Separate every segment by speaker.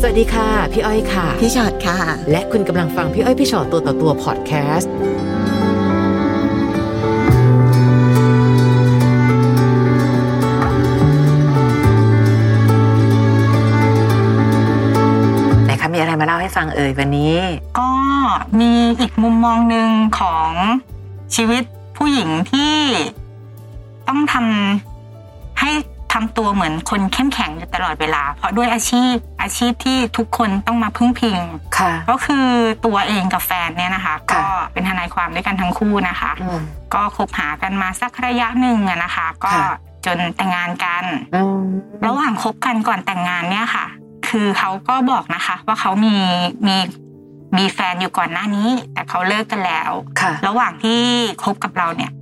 Speaker 1: สวัสดีค่ะ พี่อ้อยค่ะ
Speaker 2: พี่ชอดค่ะ
Speaker 1: และคุณกำลังฟังพี่อ้อยพี่ชอตตัวต่อตัวพอดแคสต์
Speaker 3: ไหนคะมีอะไรมาเล่าให้ฟังเอ่ยวันนี้
Speaker 4: ก็มีอีกมุมมองหนึ่งของชีวิตผู้หญิงที่ต้องทำให้ทำตัวเหมือนคนเข้มแข็งอยู่ตลอดเวลา เพราะด้วยอาชีพอาชีพที่ทุกคนต้องมาพึ่งพิง
Speaker 3: ค่ะ
Speaker 4: ก็คือตัวเองกับแฟนเนี่ยนะคะ
Speaker 3: ค่ะ
Speaker 4: ก็เป็นทนายความด้วยกันทั้งคู่นะคะ
Speaker 3: อืม
Speaker 4: ก็คบหากันมาสักระยะหนึ่งอะนะคะ ก็
Speaker 3: ค่ะ
Speaker 4: จนแต่งงานกัน
Speaker 3: อืม
Speaker 4: ระหว่างคบกันก่อนแต่งงานเนี่ยค่ะ คือเขาก็บอกนะคะ ว่าเขามีมีมีแฟนอยู่ก่อนหน้านี้ แต่เขาเลิกกันแล้ว
Speaker 3: ค่ะ
Speaker 4: ระหว่างที่คบกับเราเนี่ย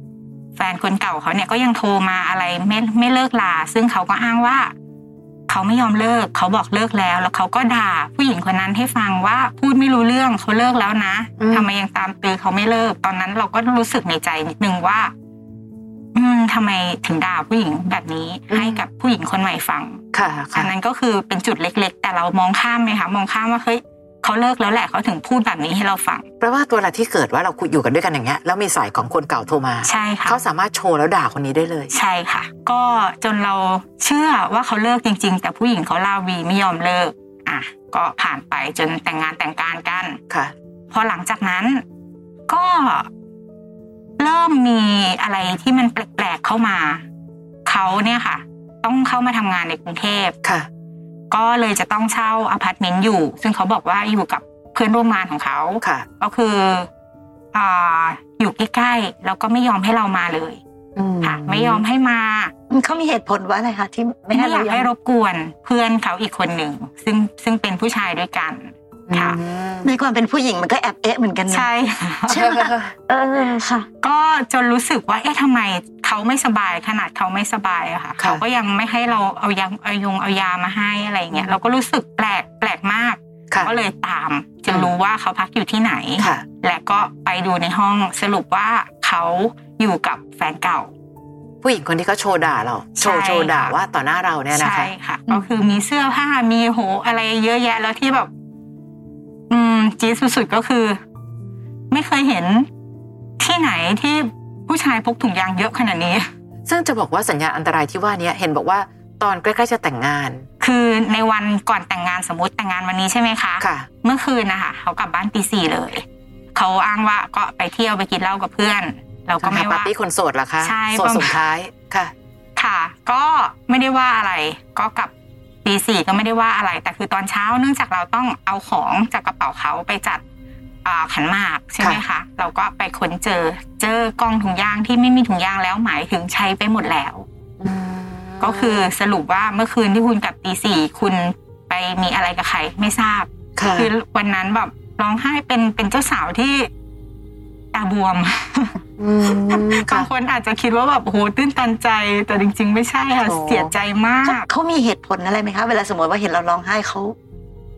Speaker 4: แฟนคนเก่าเขาเนี่ยก็ยังโทรมาอะไรไม่ไม่เลิกลา ซึ่งเขาก็อ้างว่า เขาไม่ยอมเลิก เขาบอกเลิกแล้ว แล้วเขาก็ด่าผู้หญิงคนนั้นให้ฟังว่าพูดไม่รู้เรื่องเขาเลิกแล้วนะ
Speaker 3: อืม
Speaker 4: ทำไมยังตามตือเขาไม่เลิก ตอนนั้นเราก็รู้สึกในใจนิดนึงว่า อืมทำไมถึงด่าผู้หญิงแบบนี้ให้กับผู้หญิงคนใหม่ฟัง
Speaker 3: ค่ะ
Speaker 4: อั
Speaker 3: ค่ะ
Speaker 4: นนั้นก็คือเป็นจุดเล็ก ๆ แต่เรามองข้ามไหมคะมองข้ามว่าเฮ้ยเขาเลิกแล้วแหละเขาถึงพูดแบบนี้ให้เราฟัง
Speaker 3: แปลว่าตัวเราที่เกิดว่าเราคุยอยู่กันด้วยกันอย่างเงี้ยแล้วมีสายของคนเก่าโทรมา
Speaker 4: ใช่ค่ะ
Speaker 3: เขาสามารถโชว์แล้วด่าคนนี้ได้เลย
Speaker 4: ใช่ค่ะ ก็จนเราเชื่อว่าเขาเลิกจริง ๆ แต่ผู้หญิงเขาลาวีไม่ยอมเลิกอ่ะก็ผ่านไปจนแต่งงานแต่งการกัน
Speaker 3: ค่ะ
Speaker 4: พอหลังจากนั้นก็เริ่มมีอะไรที่มันแปลกๆเข้ามาเขาเนี่ยค่ะ ต้องเข้ามาทำงานในกรุงเทพ
Speaker 3: ค่ะ
Speaker 4: ก็เลยจะต้องเช่าอพาร์ตเมนต์อยู่ ซึ่งเขาบอกว่าอยู่กับเพื่อนร่วมงานของเขา
Speaker 3: ค่ะ
Speaker 4: ก็คืออ่าอยู่ใกล้ๆแล้วก็ไม่ยอมให้เรามาเลย
Speaker 3: อื
Speaker 4: ค่ะ ไม่ยอมให้มา
Speaker 2: เขามีเหตุผลว่าอะไรคะที่ไม่
Speaker 4: ไม่
Speaker 2: ให้
Speaker 4: อยากให้
Speaker 2: เรา
Speaker 4: รบกวนเพื่อนเขาอีกคนหนึ่งซึ่งซึ่งเป็นผู้ชายด้วยกัน ค่ะ
Speaker 3: อืม
Speaker 2: ในความเป็นผู้หญิงมันก็แอบเอ๊ะเหมือนกันนะ
Speaker 4: ใช่
Speaker 2: ใช่ไหมเออค่ะ
Speaker 4: ก็จนรู้สึกว่าเอ๊ะทำไมเขาไม่สบายขนาดเขาไม่สบายอะค่ะ เขาก็ยังไม่ให้เราเอายังเอายงเอายามาให้อะไรอย่างเงี้ยเราก็รู้สึกแปลกแปลกมาก
Speaker 3: ค่ะ
Speaker 4: ก็เลยตามจน
Speaker 3: อืม
Speaker 4: รู้ว่าเขาพักอยู่ที่ไหน
Speaker 3: ค่ะ
Speaker 4: และก็ไปดูในห้องสรุปว่าเขาอยู่กับแฟนเก่า
Speaker 3: ผู้หญิงคนที่เขาโชว์ด่าเรา โชว์
Speaker 4: ใช่
Speaker 3: โชว์ด่า
Speaker 4: ค่ะ
Speaker 3: ว่าต่อหน้าเราเนี่ยนะ
Speaker 4: ใช่
Speaker 3: คะ
Speaker 4: ค่ะ
Speaker 2: อืม
Speaker 4: ก็คือมีเสื้อผ้ามีโหอะไรเยอะแยะแล้วที่แบบ อืมจี๊ดสุดๆก็คือ ไม่เคยเห็นที่ไหนที่ผู้ชายพกถุงยางเยอะขนาดนี้
Speaker 3: ซึ่งจะบอกว่าสัญญาณอันตรายที่ว่าเนี้เห็นบอกว่าตอนใกล้ ๆ จะแต่งงาน
Speaker 4: คือในวันก่อนแต่งงานสมมติแต่งงานวันนี้ใช่ไหมคะ
Speaker 3: ค่ะ
Speaker 4: เมื่อคืนนะคะเขากลับบ้านตีสี่เลย เขาอ้างว่าก็ไปเที่ยวไปกินเหล้ากับเพื่อน เราก็ไม่
Speaker 3: ปา
Speaker 4: ว่า
Speaker 3: ร์ตี้คนโสดเหรอคะ
Speaker 4: ใช่
Speaker 3: โสด
Speaker 4: ประมาณ
Speaker 3: สุดท้าย ค่ะ
Speaker 4: ค่ะ ก็ไม่ได้ว่าอะไร ก็กลับตีสี่ก็ไม่ได้ว่าอะไร แต่คือตอนเช้าเนื่องจากเราต้องเอาของจากกระเป๋าเขาไปจัดอ่าขันหมากใช่ไหมคะ เราก็ไปค้นเจอ เจอกล่องถุงยางที่ไม่มีถุงยางแล้วหมายถึงใช้ไปหมดแล้ว ก็คือสรุปว่าเมื่อคืนที่คุณกลับตีสี่คุณไปมีอะไรกับใครไม่ทราบ
Speaker 3: ค่ะ
Speaker 4: คือวันนั้นแบบร้องไห้เป็นเป็นเจ้าสาวที่ตาบวม
Speaker 3: ม
Speaker 4: บา
Speaker 3: ค่ะ
Speaker 4: งคนอาจจะคิดว่าแบบโหตื้นตันใจ แต่จริง ๆ ไม่ใช่ค่ะ
Speaker 3: โอ้
Speaker 4: เสียใจมาก
Speaker 2: เขามีเหตุผลอะไรไหมคะ เวลาสมมติว่าเห็นเราร้องไห้เขา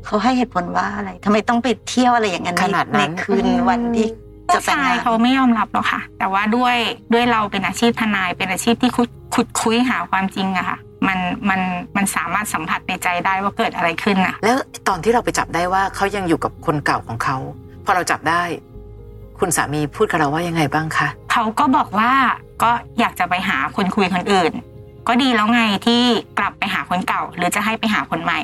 Speaker 2: เขาให้เหตุผลว่าอะไรทำไมต้องไปเที่ยวอะไรอย่างนั้น
Speaker 3: ขนาดนั้น
Speaker 2: ในคืนวันที่จะ
Speaker 4: เจ้า
Speaker 2: แต่ง
Speaker 4: ชาย
Speaker 2: งาน
Speaker 4: เขาไม่ยอมรับหรอกค่ะ แต่ว่าด้วยด้วยเราเป็นอาชีพทนายเป็นอาชีพที่ขุดขุดคุยหาความจริงอะค่ะ มันมันมันสามารถสัมผัสในใจได้ว่าเกิดอะไรขึ้นอะ
Speaker 3: แล้วตอนที่เราไปจับได้ว่าเขายังอยู่กับคนเก่าของเขา พอเราจับได้ คุณสามีพูดกับเราว่ายังไงบ้างคะ
Speaker 4: เขาก็บอกว่าก็อยากจะไปหาคนคุยคนอื่น ก็ดีแล้วไงที่กลับไปหาคนเก่า หรือจะให้ไปหาคนใหม่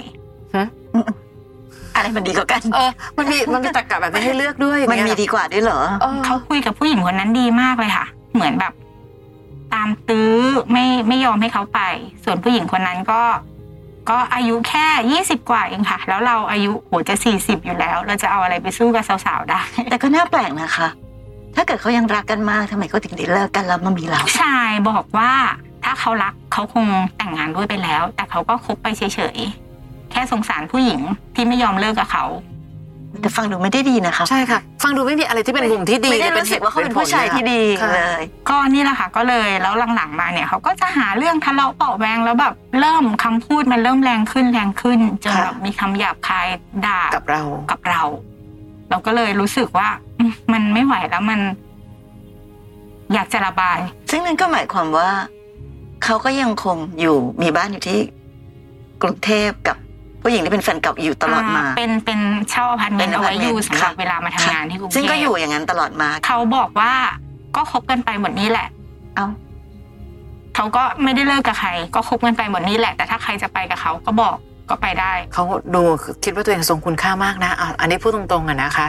Speaker 2: อะไรมันดีกว่ากัน
Speaker 3: เออ มันมี มันมีตรรกะแบบนี้ให้เลือกด้วย
Speaker 2: มันมี
Speaker 3: ดี
Speaker 2: ดีกว่าด้วยเหรอ
Speaker 4: เขาคุยกับผู้หญิงคนนั้นดีมากเลยค่ะ เหมือนแบบ ตามตื้อไม่ไม่ยอมให้เขาไป ส่วนผู้หญิงคนนั้นก็ ก็อายุแค่ยี่สิบกว่าเองค่ะ แล้วเราอายุโหจะสี่สิบอยู่แล้ว เราจะเอาอะไรไปสู้กับสาวๆได้
Speaker 2: แต่ก็น่าแปลกนะคะ ถ้าเกิดเขายังรักกันมากทำไมเขาถึงได้เลิกกันแล้วมามีเรา
Speaker 4: ผู้ชายบอกว่า ถ้าเขารักเขาคงแต่งงานด้วยไปแล้ว แต่เขาก็คบไปเฉยๆ แค่สงสารผู้หญิงที่ไม่ยอมเลิกกับเขา
Speaker 2: แต่ฟังดูไม่ได้ดีนะคะ
Speaker 3: ใช่ค่ะ ฟังดูไม่มีอะไรที่เป็นมุมที่ดี
Speaker 2: ไม่ได้
Speaker 3: ลย
Speaker 2: รู้สึกว่าเขาเป็นผู้ชายที่ดี
Speaker 3: ค่ะ
Speaker 2: เลย
Speaker 4: ก็นี่แหละค่ะก็เลยแล้วหลังๆมาเนี่ยเขาก็จะหาเรื่องทะเลาะเบาะแวงแล้วแบบเริ่มคำพูดมันเริ่มแรงขึ้นแรงขึ้นจนแบบมีคำหยาบคายด่า
Speaker 3: กับเรา
Speaker 4: กับเรา เราก็เลยรู้สึกว่าอืมมันไม่ไหวแล้วมัน อยากจะระบาย
Speaker 2: ซึ่งนั่นก็หมายความว่า เขาก็ยังคงอยู่มีบ้านอยู่ที่กรุงเทพกับ ผู้หญิงที่เป็นแฟนเก่าอยู่ตลอดมา
Speaker 4: อ่เป็นเป็นเช่าอพาร์ตเมนต์เอาไว้
Speaker 2: apartment
Speaker 4: อยู่สำหรับ
Speaker 2: ค่ะ
Speaker 4: เวลามาทำงานที่กรุงเทพ
Speaker 2: ซึ่งก็อยู่อย่างนั้นตลอดมา
Speaker 4: เขาบอกว่าก็คบกันไปหมดนี้แหละ
Speaker 2: เอ้า
Speaker 4: เขาก็ไม่ได้เลิกกับใคร ก็คบกันไปหมดนี้แหละ แต่ถ้าใครจะไปกับเขาก็บอกก็ไปได้
Speaker 3: เขาดูคิดว่าตัวเองทรงคุณค่ามากนะอ่ะอันนี้พูดตรงๆอะนะคะ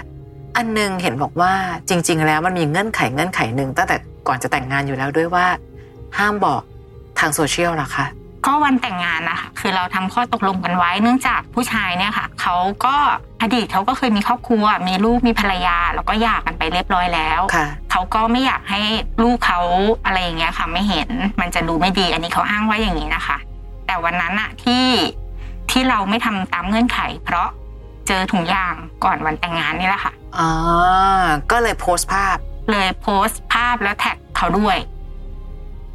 Speaker 3: อันหนึงเห็นบอกว่าจริง ๆ แล้วมันมีเงื่อนไขเงื่อนไขหนึ่งตั้งแต่ก่อนจะแต่งงานอยู่แล้วด้วยว่า ห้ามบอกทางโซเชียลเหรอคะ
Speaker 4: ก็วันแต่งงานนะคะคือเราทำข้อตกลงกันไว้เนื่องจากผู้ชายเนี่ยค่ะเขาก็อดีตเขาก็เคยมีครอบครัว มีลูกมีภรรยา แล้วก็หย่ากันไปเรียบร้อยแล้ว
Speaker 3: ค่ะ
Speaker 4: เขาก็ไม่อยากให้ลูกเขาอะไรอย่างเงี้ยค่ะไม่เห็นมันจะดูไม่ดี อันนี้เขาอ้างว่าอย่างนี้นะคะ แต่วันนั้นอะที่ที่เราไม่ทำตามเงื่อนไข เพราะเจอถุงยางก่อนวันแต่งงานนี่แหละค่ะ
Speaker 3: อ๋อ ก็เลยโพสต์ภาพ
Speaker 4: เลยโพสต์ภาพแล้วแท็กเขาด้วย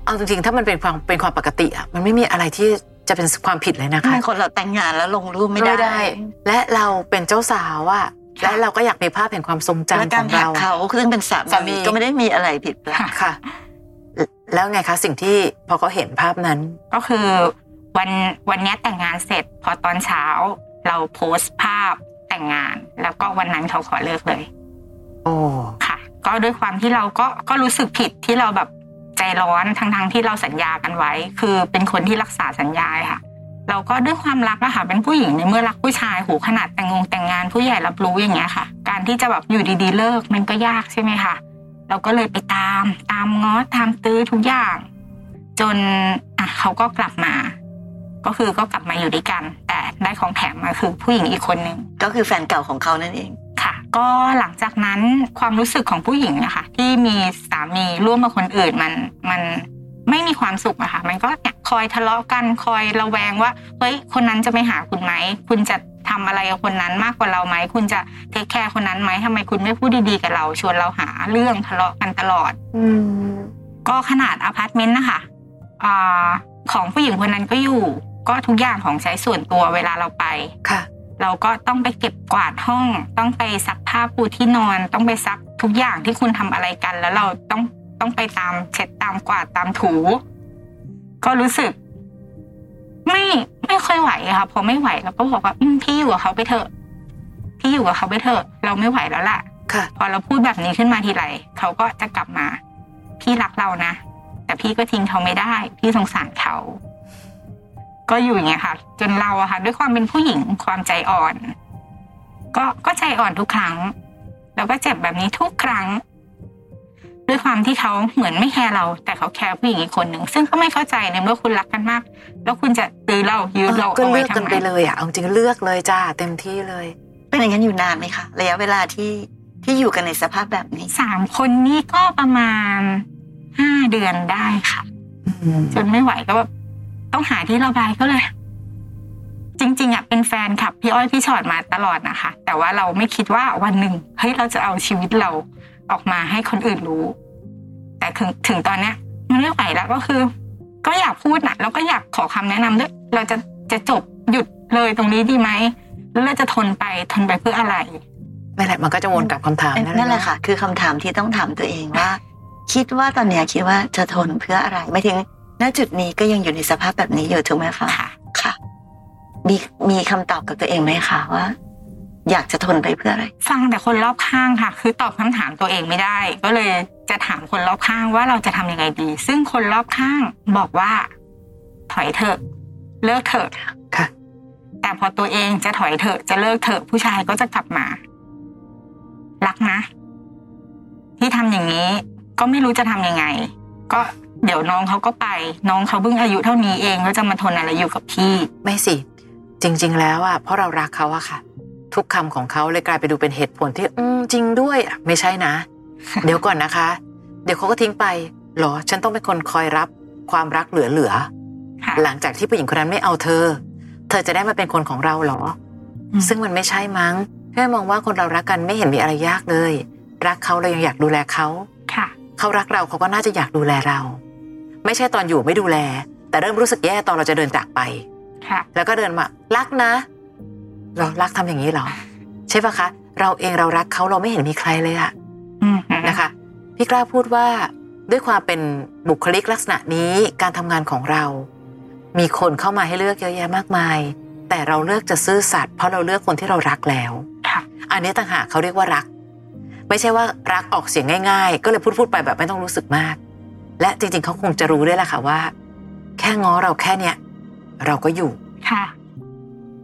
Speaker 3: เอาจริงๆ ถ้ามันเป็นความเป็นความปกติอะมันไม่มีอะไรที่จะเป็นความผิดเลยนะคะ
Speaker 2: คนเราแต่งงานแล้วลงรูปไม่ได้
Speaker 3: และเราเป็นเจ้าสาวอะ
Speaker 4: ค่ะ
Speaker 3: และเราก็อยากมีภาพแห่งความทรง
Speaker 2: และ
Speaker 3: จำขอ
Speaker 2: การง ผลัก
Speaker 3: เรา
Speaker 2: เขาซึ่งเป็นสา
Speaker 3: สามี
Speaker 2: มีก็ไม่ได้มีอะไรผิดแปลก
Speaker 3: ค่ะ แล้วไงคะสิ่งที่พอเขาเห็นภาพนั้น
Speaker 4: ก็คือวันวันเนี้ยแต่งงานเสร็จ พอตอนเช้า เราโพสต์ภาพแต่งงาน แล้วก็วันนั้นเขาขอเลิกเลย
Speaker 3: โอ้
Speaker 4: ค่ะก็ด้วยความที่เราก็ก็รู้สึกผิดที่เราแบบใจร้อนทั้งๆที่เราสัญญากันไว้ คือเป็นคนที่รักษาสัญญาค่ะ เราก็ด้วยความรักอะค่ะเป็นผู้หญิงในเมื่อรักผู้ชายโหขนาดแต่งงงแต่งงานผู้ใหญ่รับรู้อย่างเงี้ยค่ะ การที่จะแบบอยู่ดีๆเลิกมันก็ยากใช่ไหมคะเราก็เลยไปตามตามง้อตามตื้อทุกอย่าง จนอ่ะเขาก็กลับมา ก็คือก็กลับมาอยู่ด้วยกัน แต่ได้ของแถมมาคือผู้หญิงอีกคนนึง
Speaker 2: ก็คือแฟนเก่าของเขานั่นเอง
Speaker 4: ค่ะก็หลังจากนั้นความรู้สึกของผู้หญิงนะคะที่มีสามีร่วมกับคนอื่นมันมันไม่มีความสุขอะค่ะมันก็เนี่ยคอยทะเลาะกันคอยระแวงว่าเฮ้ยคนนั้นจะไม่หาคุณไหมคุณจะทำอะไรกับคนนั้นมากกว่าเราไหมคุณจะเทคแคร์คนนั้นไหมทำไมคุณไม่พูดดีๆกับเรา ชวนเราหาเรื่องทะเลาะกันตลอด
Speaker 3: อืม
Speaker 4: ก็ขนาดอพาร์ตเมนต์นะคะอาของผู้หญิงคนนั้นก็อยู่ ก็ทุกอย่างของใช้ส่วนตัวเวลาเราไป
Speaker 3: ค่ะ
Speaker 4: เราก็ต้องไปเก็บกวาดห้อง ต้องไปซักผ้าปูที่นอน ต้องไปซักทุกอย่างที่คุณทำอะไรกัน แล้วเราต้องต้องไปตามเช็ดตามกวาดตามถู ก็รู้สึก ไม่ไม่ค่อยไหวอะค่ะพอไม่ไหวเราก็บอกว่าอืมพี่อยู่กับเขาไปเถอะ พี่อยู่กับเขาไปเถอะ เราไม่ไหวแล้วล่ะ
Speaker 3: ค่ะ
Speaker 4: พอเราพูดแบบนี้ขึ้นมาทีไรเขาก็จะกลับมา พี่รักเรานะ แต่พี่ก็ทิ้งเขาไม่ได้ พี่สงสารเขา ก็อยู่อย่างเงี้ยค่ะ จนเราอะค่ะ ด้วยความเป็นผู้หญิงความใจอ่อน ก็ก็ใจอ่อนทุกครั้ง แล้วก็เจ็บแบบนี้ทุกครั้ง ด้วยความที่เขาเหมือนไม่แคร์เรา แต่เขาแคร์ผู้หญิงอีกคนหนึ่งซึ่งก็ไม่เข้าใจในเมื่อคุณรักกันมาก แล้วคุณจะตื้อเรายืดเรา
Speaker 3: ก็
Speaker 4: เอาไว้
Speaker 3: เลือก
Speaker 4: ทำ
Speaker 3: กัน
Speaker 4: ไม
Speaker 3: ไปเลยอ่ะเอาจริงเลือกเลยจ้าเต็มที่เลย
Speaker 2: เป็นอย่างนั้นอยู่นานไหมคะระยะเวลาที่ที่อยู่กันในสภาพแบบนี้
Speaker 4: สามคนนี้ก็ประมาณห้าเดือนได้ค่ะ จนไม่ไหวก็แบบต้องหาที่ระบายก็เลย จริง ๆอ่ะเป็นแฟนคลับพี่อ้อยพี่ชอดมาตลอดนะคะ แต่ว่าเราไม่คิดว่าวันหนึ่งเฮ้ยเราจะเอาชีวิตเราออกมาให้คนอื่นรู้ แต่ถึงถึงตอนเนี้ย มันไม่ไหวแล้วก็คือ ก็อยากพูดนะแล้วก็อยากขอคำแนะนำด้วย เราจะจะจบหยุดเลยตรงนี้ดีไหมแล้วเราจะทนไปทนไปเพื่ออะไร
Speaker 3: นั่นแหละมันก็จะวนกลับคำถาม
Speaker 2: นั่นแหละค่ะ คือคำถามที่ต้องถามตัวเองว่า คิดว่าตอนเนี้ยคิดว่าจะทนเพื่ออะไร ไม่ถึงณจุดนี้ก็ยังอยู่ในสภาพแบบนี้อยู่ถูกไหมคะ
Speaker 4: ค่ะ
Speaker 2: ค่ะ มีมีคำตอบกับตัวเองไหมคะว่า อยากจะทนไปเพื่ออะไร
Speaker 4: ฟังแต่คนรอบข้างค่ะ คือตอบคำถามตัวเองไม่ได้ ก็เลยจะถามคนรอบข้างว่าเราจะทำยังไงดี ซึ่งคนรอบข้างบอกว่า ถอยเถอะ เลิกเถอะ
Speaker 3: ค่ะ
Speaker 4: แต่พอตัวเองจะถอยเถอะจะเลิกเถอะผู้ชายก็จะกลับมา รักนะ ที่ทำอย่างนี้ ก็ไม่รู้จะทำยังไง ก็เดี๋ยวน้องเขาก็ไป น้องเขาเพิ่งอายุเท่านี้เองก็จะมาทนอะไรอยู่กับพี่
Speaker 3: ไม่สิ จริง ๆ แล้วอ่ะเพราะเรารักเขาอะค่ะ ทุกคำของเขาเลยกลายไปนดูเป็นเหตุผลที่ อืมจริงด้วยอะไม่ใช่นะ เดี๋ยวก่อนนะคะ เดี๋ยวเขาก็ทิ้งไปเหรอ ฉันต้องเป็นคนคอยรับความรักเหลือ
Speaker 4: ค่ะ
Speaker 3: ๆหลังจากที่ผู้หญิงคนนั้นไม่เอาเธอ เธอจะได้มาเป็นคนของเราเหรอ
Speaker 4: อืม
Speaker 3: ซึ่งมันไม่ใช่มั้งแค่มองว่าคนเรารักกันไม่เห็นมีอะไรยากเลย รักเขาเรายังอยากดูแลเขา
Speaker 4: ค่ะ
Speaker 3: เขารักเราเขาก็น่าจะอยากดูแลเรา ไม่ใช่ตอนอยู่ไม่ดูแล แต่เริ่มรู้สึกแย่ตอนเราจะเดินจากไป
Speaker 4: ค่ะ
Speaker 3: แล้วก็เดินมารักนะเรารักทำอย่างนี้เหรอ ใช่ปะคะ เราเองเรารักเขาเราไม่เห็นมีใครเลยอะ
Speaker 4: อืม
Speaker 3: นะคะ พี่กล้าพูดว่าด้วยความเป็นบุคลิกลักษณะนี้การทำงานของเรา มีคนเข้ามาให้เลือกเยอะแยะมากมาย แต่เราเลือกจะซื่อสัตย์เพราะเราเลือกคนที่เรารักแล้ว
Speaker 4: ค่ะ
Speaker 3: อันนี้ต่างหากเขาเรียกว่ารัก ไม่ใช่ว่ารักออกเสียงง่ายๆ ก็เลยพูดพูดๆไปแบบไม่ต้องรู้สึกมาก และจริงๆเขาคงจะรู้ด้วยแหละค่ะว่า แค่ง้อเราแค่เนี้ยเราก็อยู่
Speaker 4: ค่ะ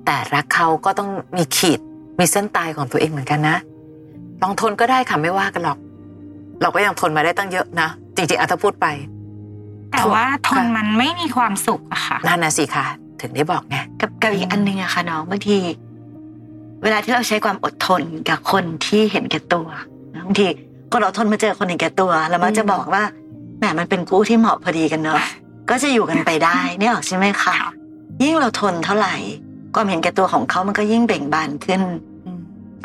Speaker 3: แต่รักเขาก็ต้องมีขีดมีเส้นตายของตัวเองเหมือนกันนะ ลองทนก็ได้ค่ะไม่ว่ากันหรอก เราก็ยังทนมาได้ตั้งเยอะนะ จริงๆอาจจะพูดไป
Speaker 4: แต่ว่าทนมันไม่มีความสุขอะค่ะ
Speaker 3: นั่นนะสิค่ะ ถึงได้บอกไง
Speaker 2: กับกับอีกอันหนึ่งอะค่ะน้องบางทีเวลาที่เราใช้ความอดทนกับคนที่เห็นแก่ตัวบางทีก็เราทนมาเจอคนเห็นแก่ตัว แล้วมักจะบอกว่าแหมมันเป็นกู้ที่เหมาะพอดีกันเนาะก็จะอยู่กันไปได้เนี่ยออกใช่ไหมคะ
Speaker 4: ค่ะ
Speaker 2: ยิ่งเราทนเท่าไหร่ความเห็นแก่ตัวของเขามันก็ยิ่งเบ่งบานขึ้น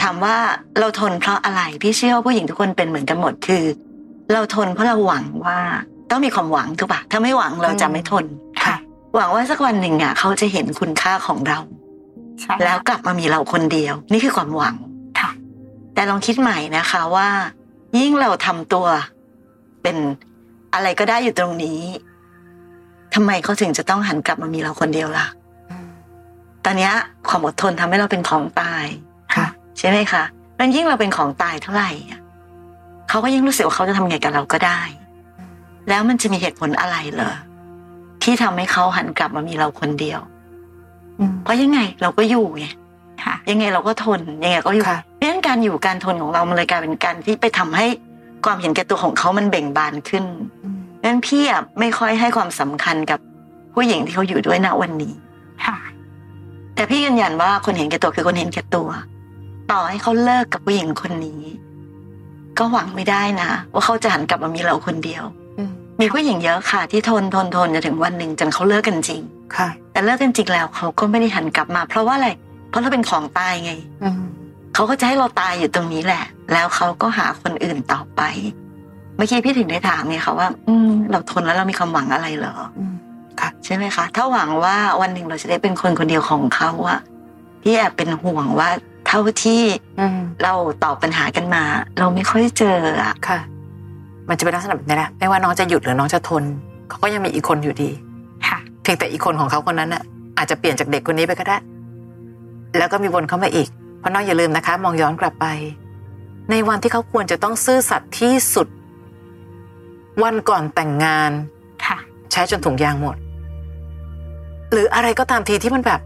Speaker 2: ถามว่าเราทนเพราะอะไรพี่เชื่อว่าผู้หญิงทุกคนเป็นเหมือนกันหมดคือ เราทนเพราะเราหวังว่าต้องมีความหวังถูกปะถ้าไม่หวังเราจะไม่ทน
Speaker 4: ค่ะ
Speaker 2: หวังว่าสักวันหนึ่งอ่ะเขาจะเห็นคุณค่าของเรา
Speaker 4: ใช่
Speaker 2: แล้วกลับมามีเราคนเดียว นี่คือความหวัง
Speaker 4: ค่ะ
Speaker 2: แต่ลองคิดใหม่นะคะว่า ยิ่งเราทำตัว เป็นอะไรก็ได้อยู่ตรงนี้ทำไมเขาถึงจะต้องหันกลับมามีเราคนเดียวล่ะ ตอนเนี้ยความอดทนทำให้เราเป็นของตาย
Speaker 3: ค่ะ
Speaker 2: ใช่ไหมคะแล้วยิ่งเราเป็นของตายเท่าไหร่อะเขาก็ยิ่งรู้สึกว่าเขาจะทำไงกับเราก็ได้ แล้วมันจะมีเหตุผลอะไรเหรอที่ทำให้เขาหันกลับมามีเราคนเดียว เพราะยังไงเราก็อยู่ไง
Speaker 4: ค่ะ
Speaker 2: ยังไงเราก็ทนยังไงก็อยู่
Speaker 3: ค่ะ
Speaker 2: เพราะฉะนั้นการอยู่การทนของเรามันเลยกลายเป็นการที่ไปทำให้ความเห็นแก่ตัวของเขามันเบ่งบานขึ้นเพราะฉะนั้นพี่อะไม่ค่อยให้ความสำคัญกับผู้หญิงที่เขาอยู่ด้วยณวันนี้
Speaker 4: ค่ะ
Speaker 2: แต่พี่ยืนยันว่าคนเห็นแก่ตัวคือคนเห็นแก่ตัว ต่อให้เขาเลิกกับผู้หญิงคนนี้ ก็หวังไม่ได้นะ ว่าเขาจะหันกลับมามีเราคนเดียว มีผู้หญิงเยอะค่ะ ที่ทนทนทนจนถึงวันหนึ่งจนเขาเลิกกันจริง
Speaker 3: ค่ะ
Speaker 2: แต่เลิกกันจริงแล้วเขาก็ไม่ได้หันกลับมา เพราะว่าอะไร เพราะเราเป็นของตายไง เขาก็จะให้เราตายอยู่ตรงนี้แหละ แล้วเขาก็หาคนอื่นต่อไป เมื่อกี้พี่ถึงได้ถามไงคะว่า อืมเราทนแล้วเรามีความหวังอะไรเหรอ
Speaker 3: อืมค่ะ
Speaker 2: ใช่ไหมคะ ถ้าหวังว่าวันหนึ่งเราจะได้เป็นคนคนเดียวของเขาอะพี่แอบเป็นห่วงว่า เท่าที่เราตอบปัญหากันมา เราไม่ค่อยเจออะ
Speaker 3: ค่ะ มันจะเป็นลักษณะแบบนี้แหละไม่ว่าน้องจะหยุดหรือน้องจะทนเขาก็ยังมีอีกคนอยู่ดี
Speaker 4: ค่ะ
Speaker 3: เพียงแต่อีกคนของเขาคนนั้นน่ะอาจจะเปลี่ยนจากเด็กคนนี้ไปก็ได้ แล้วก็มีวนเข้ามาอีก เพราะน้องอย่าลืมนะคะ มองย้อนกลับไป ในวันที่เขาควรจะต้องซื่อสัตย์ที่สุด วันก่อนแต่งงาน
Speaker 4: ค่ะ
Speaker 3: ใช้จนถุงยางหมด หรืออะไรก็ตามทีที่มันแบบ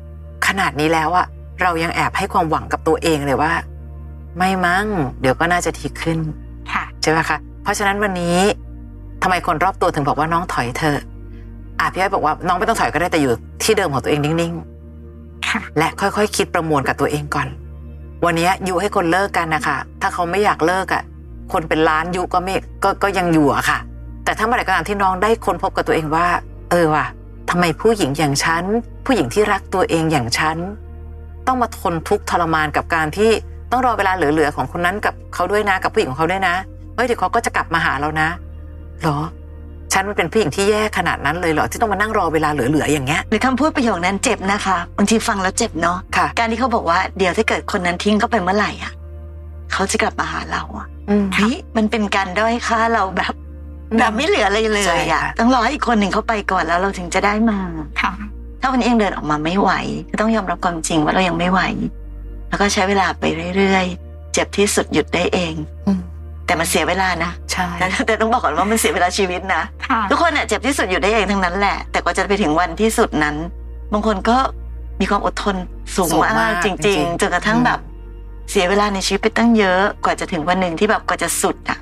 Speaker 3: ขนาดนี้แล้วอะเรายังแอบให้ความหวังกับตัวเองเลยว่า ไม่มั้งเดี๋ยวก็น่าจะดีขึ้น
Speaker 4: ค่ะ
Speaker 3: ใช่ไหมคะ เพราะฉะนั้นวันนี้ทำไมคนรอบตัวถึงบอกว่าน้องถอยเธอะอ่ะพี่อ้อยบอกว่าน้องไม่ต้องถอยก็ได้แต่อยู่ที่เดิมของตัวเองนิ่ง
Speaker 4: ค่ะ
Speaker 3: ๆ และค่อยๆ คิดประมวลกับตัวเองก่อน วันนี้ยุให้คนเลิกกันนะคะถ้าเขาไม่อยากเลิกอ่ะ คนเป็นล้านยุก็ไม่ก็ก็ยังอยู่อะค่ะ แต่ถ้าเมื่อไหร่ก็ตามที่น้องได้ค้นพบกับตัวเองว่า เออว่ะทำไมผู้หญิงอย่างฉัน ผู้หญิงที่รักตัวเองอย่างฉัน ต้องมาทนทุกข์ทรมานกับการที่ต้องรอเวลาเหลือๆของคนนั้นกับเขาด้วยนะกับผู้หญิงของเขาด้วยนะ เฮ้ยเดี๋ยวเขาก็จะกลับมาหาเรานะเหรอ ฉันมันเป็นผู้หญิงที่แย่ขนาดนั้นเลยเหรอที่ต้องมานั่งรอเวลาเหลือๆอย่างเงี้ย
Speaker 2: หรือคำพูดประโยคนั้นเจ็บนะคะบางทีฟังแล้วเจ็บเนาะ
Speaker 3: ค่ะ
Speaker 2: การที่เขาบอกว่าเดี๋ยวถ้าเกิดคนนั้นทิ้งเขาไปเมื่อไหร่อ่ะ เขาจะกลับมาหาเราอ่ะเฮ้ยมันเป็นการด้อยค่าเราแบบ แบบไม่เหลืออะไรเล
Speaker 3: ใช่
Speaker 2: ยอ่ะ
Speaker 3: ค่ะ
Speaker 2: ต้องรอให้อีกคนหนึ่งเขาไปก่อนแล้วเราถึงจะได้มา
Speaker 4: ค่ะ
Speaker 2: ถ้าวันนี้ยังเดินออกมาไม่ไหวก็ต้องยอมรับความจริงว่าเรายังไม่ไหว แล้วก็ใช้เวลาไปเรื่อยๆ เจ็บที่สุดหยุดได้เอง
Speaker 3: อืม
Speaker 2: แต่มันเสียเวลานะ
Speaker 3: ใช่
Speaker 2: แต่แต่ต้องบอกก่อนว่ามันเสียเวลาชีวิตนะ
Speaker 4: ค่ะ
Speaker 2: ทุกคนเนี่ยเจ็บที่สุดอยู่ได้เองทั้งนั้นแหละ แต่กว่าจะไปถึงวันที่สุดนั้น บางคนก็มีความอดทนสูงมากจริง ๆจนกระทั่งแบบ เสียเวลาในชีวิตไปตั้งเยอะกว่าจะถึงวันหนึ่งที่แบบกว่าจะสุดอ่ะ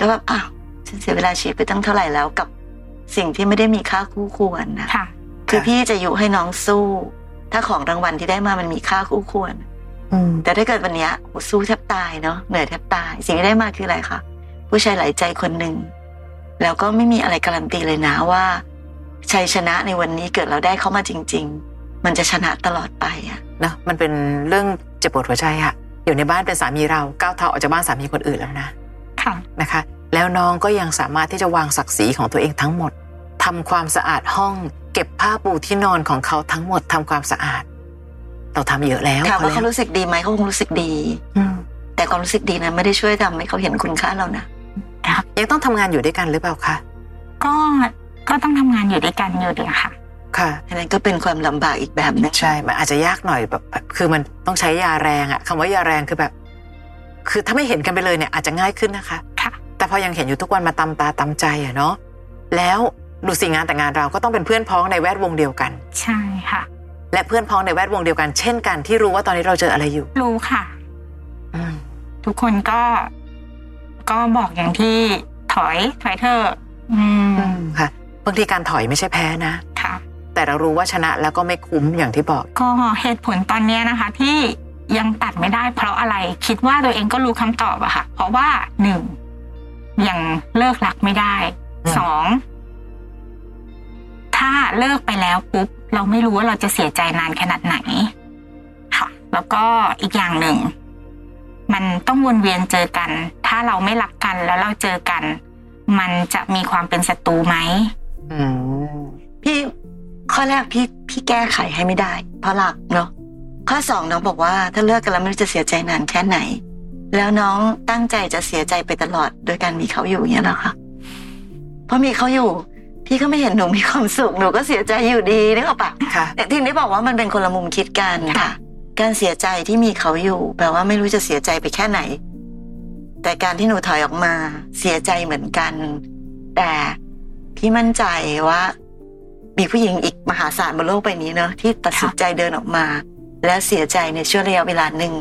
Speaker 2: ก็แบบอ้าวฉันเสียเวลาชีวิตไปตั้งเท่าไหร่แล้วกับสิ่งที่ไม่ได้มีค่าคู่ควรนะ
Speaker 4: ค่ะ
Speaker 2: คือพี่จะยุให้น้องสู้ ถ้าของรางวัลที่ได้มามันมีค่าคู่ควร
Speaker 3: อืม
Speaker 2: แต่ถ้าเกิดวันเนี้ยโหสู้แทบตายเนาะเหนื่อยแทบตาย สิ่งที่ได้มาคืออะไรคะผู้ชายหลายใจคนหนึ่งแล้วก็ไม่มีอะไรการันตีเลยนะว่าชัยชนะในวันนี้เกิดเราได้เขามาจริง ๆ มันจะชนะตลอดไปอะ
Speaker 3: เนอะมันเป็นเรื่องเจ็บปวดหัวใจอะอยู่ในบ้านเป็นสามีเราก้าวเท้าออกจากบ้านสามีคนอื่นแล้วนะ
Speaker 4: ค่ะ
Speaker 3: นะคะแล้วน้องก็ยังสามารถที่จะวางศักดิ์ศรีของตัวเองทั้งหมดทำความสะอาดห้อง เก็บผ้าปูที่นอนของเขาทั้งหมดทำความสะอาด เราทำเยอะแล้ว
Speaker 2: ถามว่าเขา
Speaker 3: พอแล้ว
Speaker 2: รู้สึกดีไหมเขาคงรู้สึกดี
Speaker 3: อืม
Speaker 2: แต่ความรู้สึกดีนั้นไม่ได้ช่วยทำให้เขาเห็นคุณค่าเรานะ
Speaker 3: ยังต้องทำงานอยู่ด้วยกันหรือเปล่าคะ
Speaker 4: ก็ ก็ต้องทำงานอยู่ด้วยกันอยู่ดีค่ะ
Speaker 3: ค่ะ
Speaker 2: อันนั้นก็เป็นความลำบากอีกแบบหนึง
Speaker 3: ใช่ มันอาจจะยากหน่อยแบบแบบคือมันต้องใช้ยาแรงอะคำว่ายาแรงคือแบบ คือถ้าไม่เห็นกันไปเลยเนี่ยอาจจะง่ายขึ้นนะคะ
Speaker 4: ค่ะ
Speaker 3: แต่พอยังเห็นอยู่ทุกวันมาตำตาตำใจอะเนาะ แล้วดูสิงานแต่งงานเราก็ต้องเป็นเพื่อนพ้องในแวดวงเดียวกัน
Speaker 4: ใช่ค่ะ
Speaker 3: และเพื่อนพ้องในแวดวงเดียวกัน เช่นกันที่รู้ว่าตอนนี้เราเจออะไรอยู่
Speaker 4: รู้ค่ะ
Speaker 3: อืม
Speaker 4: ทุกคนก็ ก็บอกอย่างที่ถอยถอยเธอะอืม
Speaker 3: ค่ะ บางทีการถอยไม่ใช่แพ้นะ
Speaker 4: ค่ะ
Speaker 3: แต่เรารู้ว่าชนะแล้วก็ไม่คุ้มอย่างที่บอก
Speaker 4: ก็เหตุผลตอนเนี้ยนะคะ ที่ยังตัดไม่ได้เพราะอะไร คิดว่าตัวเองก็รู้คำตอบอะค่ะ เพราะว่าหนึ่งยังเลิกรักไม่ได้
Speaker 3: อืม
Speaker 4: สองถ้าเลิกไปแล้วปุ๊บ เราไม่รู้ว่าเราจะเสียใจนานขนาดไหน ค่ะ แล้วก็อีกอย่างหนึ่ง มันต้องวนเวียนเจอกัน ถ้าเราไม่รักกันแล้วเราเจอกัน มันจะมีความเป็นศัตรูไหม
Speaker 3: อืม
Speaker 2: พี่ข้อแรกพี่พี่แก้ไขให้ไม่ได้ เพราะหลักเนาะข้อสองน้องบอกว่าถ้าเลิกกันแล้วไม่รู้จะเสียใจนานแค่ไหน แล้วน้องตั้งใจจะเสียใจไปตลอด โดยการมีเขาอยู่อย่างเงี้ยเหรอคะเพราะมีเขาอยู่ พี่ก็ไม่เห็นหนูมีความสุขหนูก็เสียใจอยู่ดีนึกออกปะ
Speaker 3: ค่ะ
Speaker 2: แต่ทีนี้บอกว่ามันเป็นคนละมุมคิดกันค่ะ การเสียใจที่มีเขาอยู่ แปลว่าไม่รู้จะเสียใจไปแค่ไหน แต่การที่หนูถอยออกมา เสียใจเหมือนกัน แต่พี่มั่นใจว่า มีผู้หญิงอีกมหาศาลบนโลกใบนี้เนอะที่ตัดสินใจเดินออกมา แล้วเสียใจในช่วงระยะเวลาหนึ่ง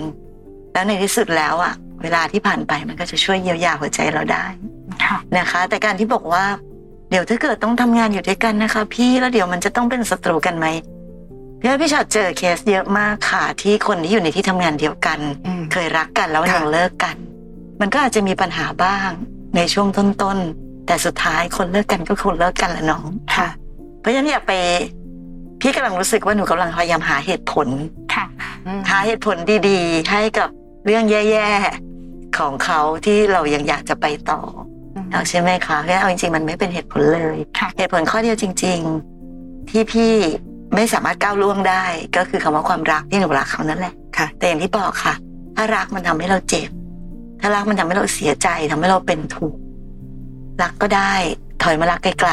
Speaker 2: แล้วในที่สุดแล้วอะเวลาที่ผ่านไปมันก็จะช่วยเยียวยาหัวใจเราได้
Speaker 4: ค่ะ
Speaker 2: นะคะแต่การที่บอกว่าเดี๋ยวถ้าเกิดต้องทำงานอยู่ด้วยกันนะคะ พี่แล้วเดี๋ยวมันจะต้องเป็นศัตรูกันไหมพี่ว่าพี่ชอตเจอเคสเยอะมากค่ะ ที่คนที่อยู่ในที่ทำงานเดียวกัน
Speaker 3: อืม
Speaker 2: เคยรักกันแล้ว
Speaker 3: ค่ะ
Speaker 2: ยังเลิกกัน มันก็อาจจะมีปัญหาบ้างในช่วงต้นๆแต่สุดท้ายคนเลิกกันก็คนเลิกกันแหละน้อง
Speaker 3: ค่ะ
Speaker 2: เพราะฉะนั้นอย่าไป พี่กำลังรู้สึกว่าหนูกำลังพยายามหาเหตุผล
Speaker 4: ค่ะ
Speaker 2: หาเหตุผลดีๆ ให้กับเรื่องแย่ๆของเขาที่เรายังอยากจะไปต่ออ
Speaker 3: ม
Speaker 2: เอาใช่ไหมคะเพราะฉะนั้นเอาจริงๆมันไม่เป็นเหตุผลเลย
Speaker 4: ค่ะ
Speaker 2: เหตุผลข้อเดียวจริง ๆ ที่พี่ไม่สามารถก้าวล่วงได้ ก็คือคำว่าความรักที่หนูรักเขานั่นแหละ
Speaker 3: ค่ะ
Speaker 2: แต่อย่างที่บอกค่ะ ถ้ารักมันทำให้เราเจ็บ ถ้ารักมันทำให้เราเสียใจทำให้เราเป็นทุกข์รักก็ได้ ถอยมารักไกล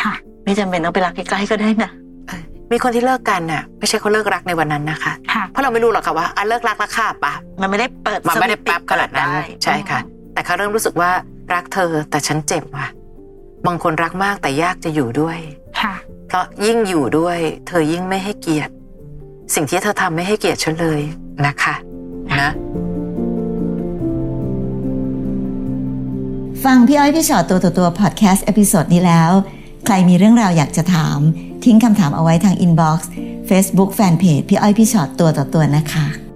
Speaker 4: ค่ะ
Speaker 2: ๆ ไม่จำเป็นต้องไปรักใกล้ๆก็ได้นะ
Speaker 3: มีคนที่เลิกกันน่ะ ไม่ใช่เขาเลิกรักในวันนั้นนะคะ
Speaker 4: ค่ะ
Speaker 3: เพราะเราไม่รู้หรอกค่ะว่าอ่ะเลิกรักแล้วค่ะปะ
Speaker 2: มันไม่ได้เปิด
Speaker 3: มันไม่ได้
Speaker 2: สวิตช์
Speaker 3: แป๊บขนาดนั้น
Speaker 2: ไ
Speaker 3: ใช่ค่ะ แต่เขาเริ่มรู้สึกว่ารักเธอแต่ฉันเจ็บว่ะบางคนรักมากแต่ยากจะอยู่ด้วย
Speaker 4: ค่ะ
Speaker 3: เพราะยิ่งอยู่ด้วย เธอยิ่งไม่ให้เกียรติ สิ่งที่เธอทำไม่ให้เกียรติฉันเลยนะคะนะ
Speaker 5: ฟังพี่อ้อยพี่ชอตตัวต่อตัวพอดแคสต์เอพิโซดนี้แล้ว ใครมีเรื่องราวอยากจะถาม ทิ้งคำถามเอาไว้ทางอินบ็อกซ์เฟซบุ๊กแฟนเพจพี่อ้อยพี่ชอตตัวต่อตัวนะคะ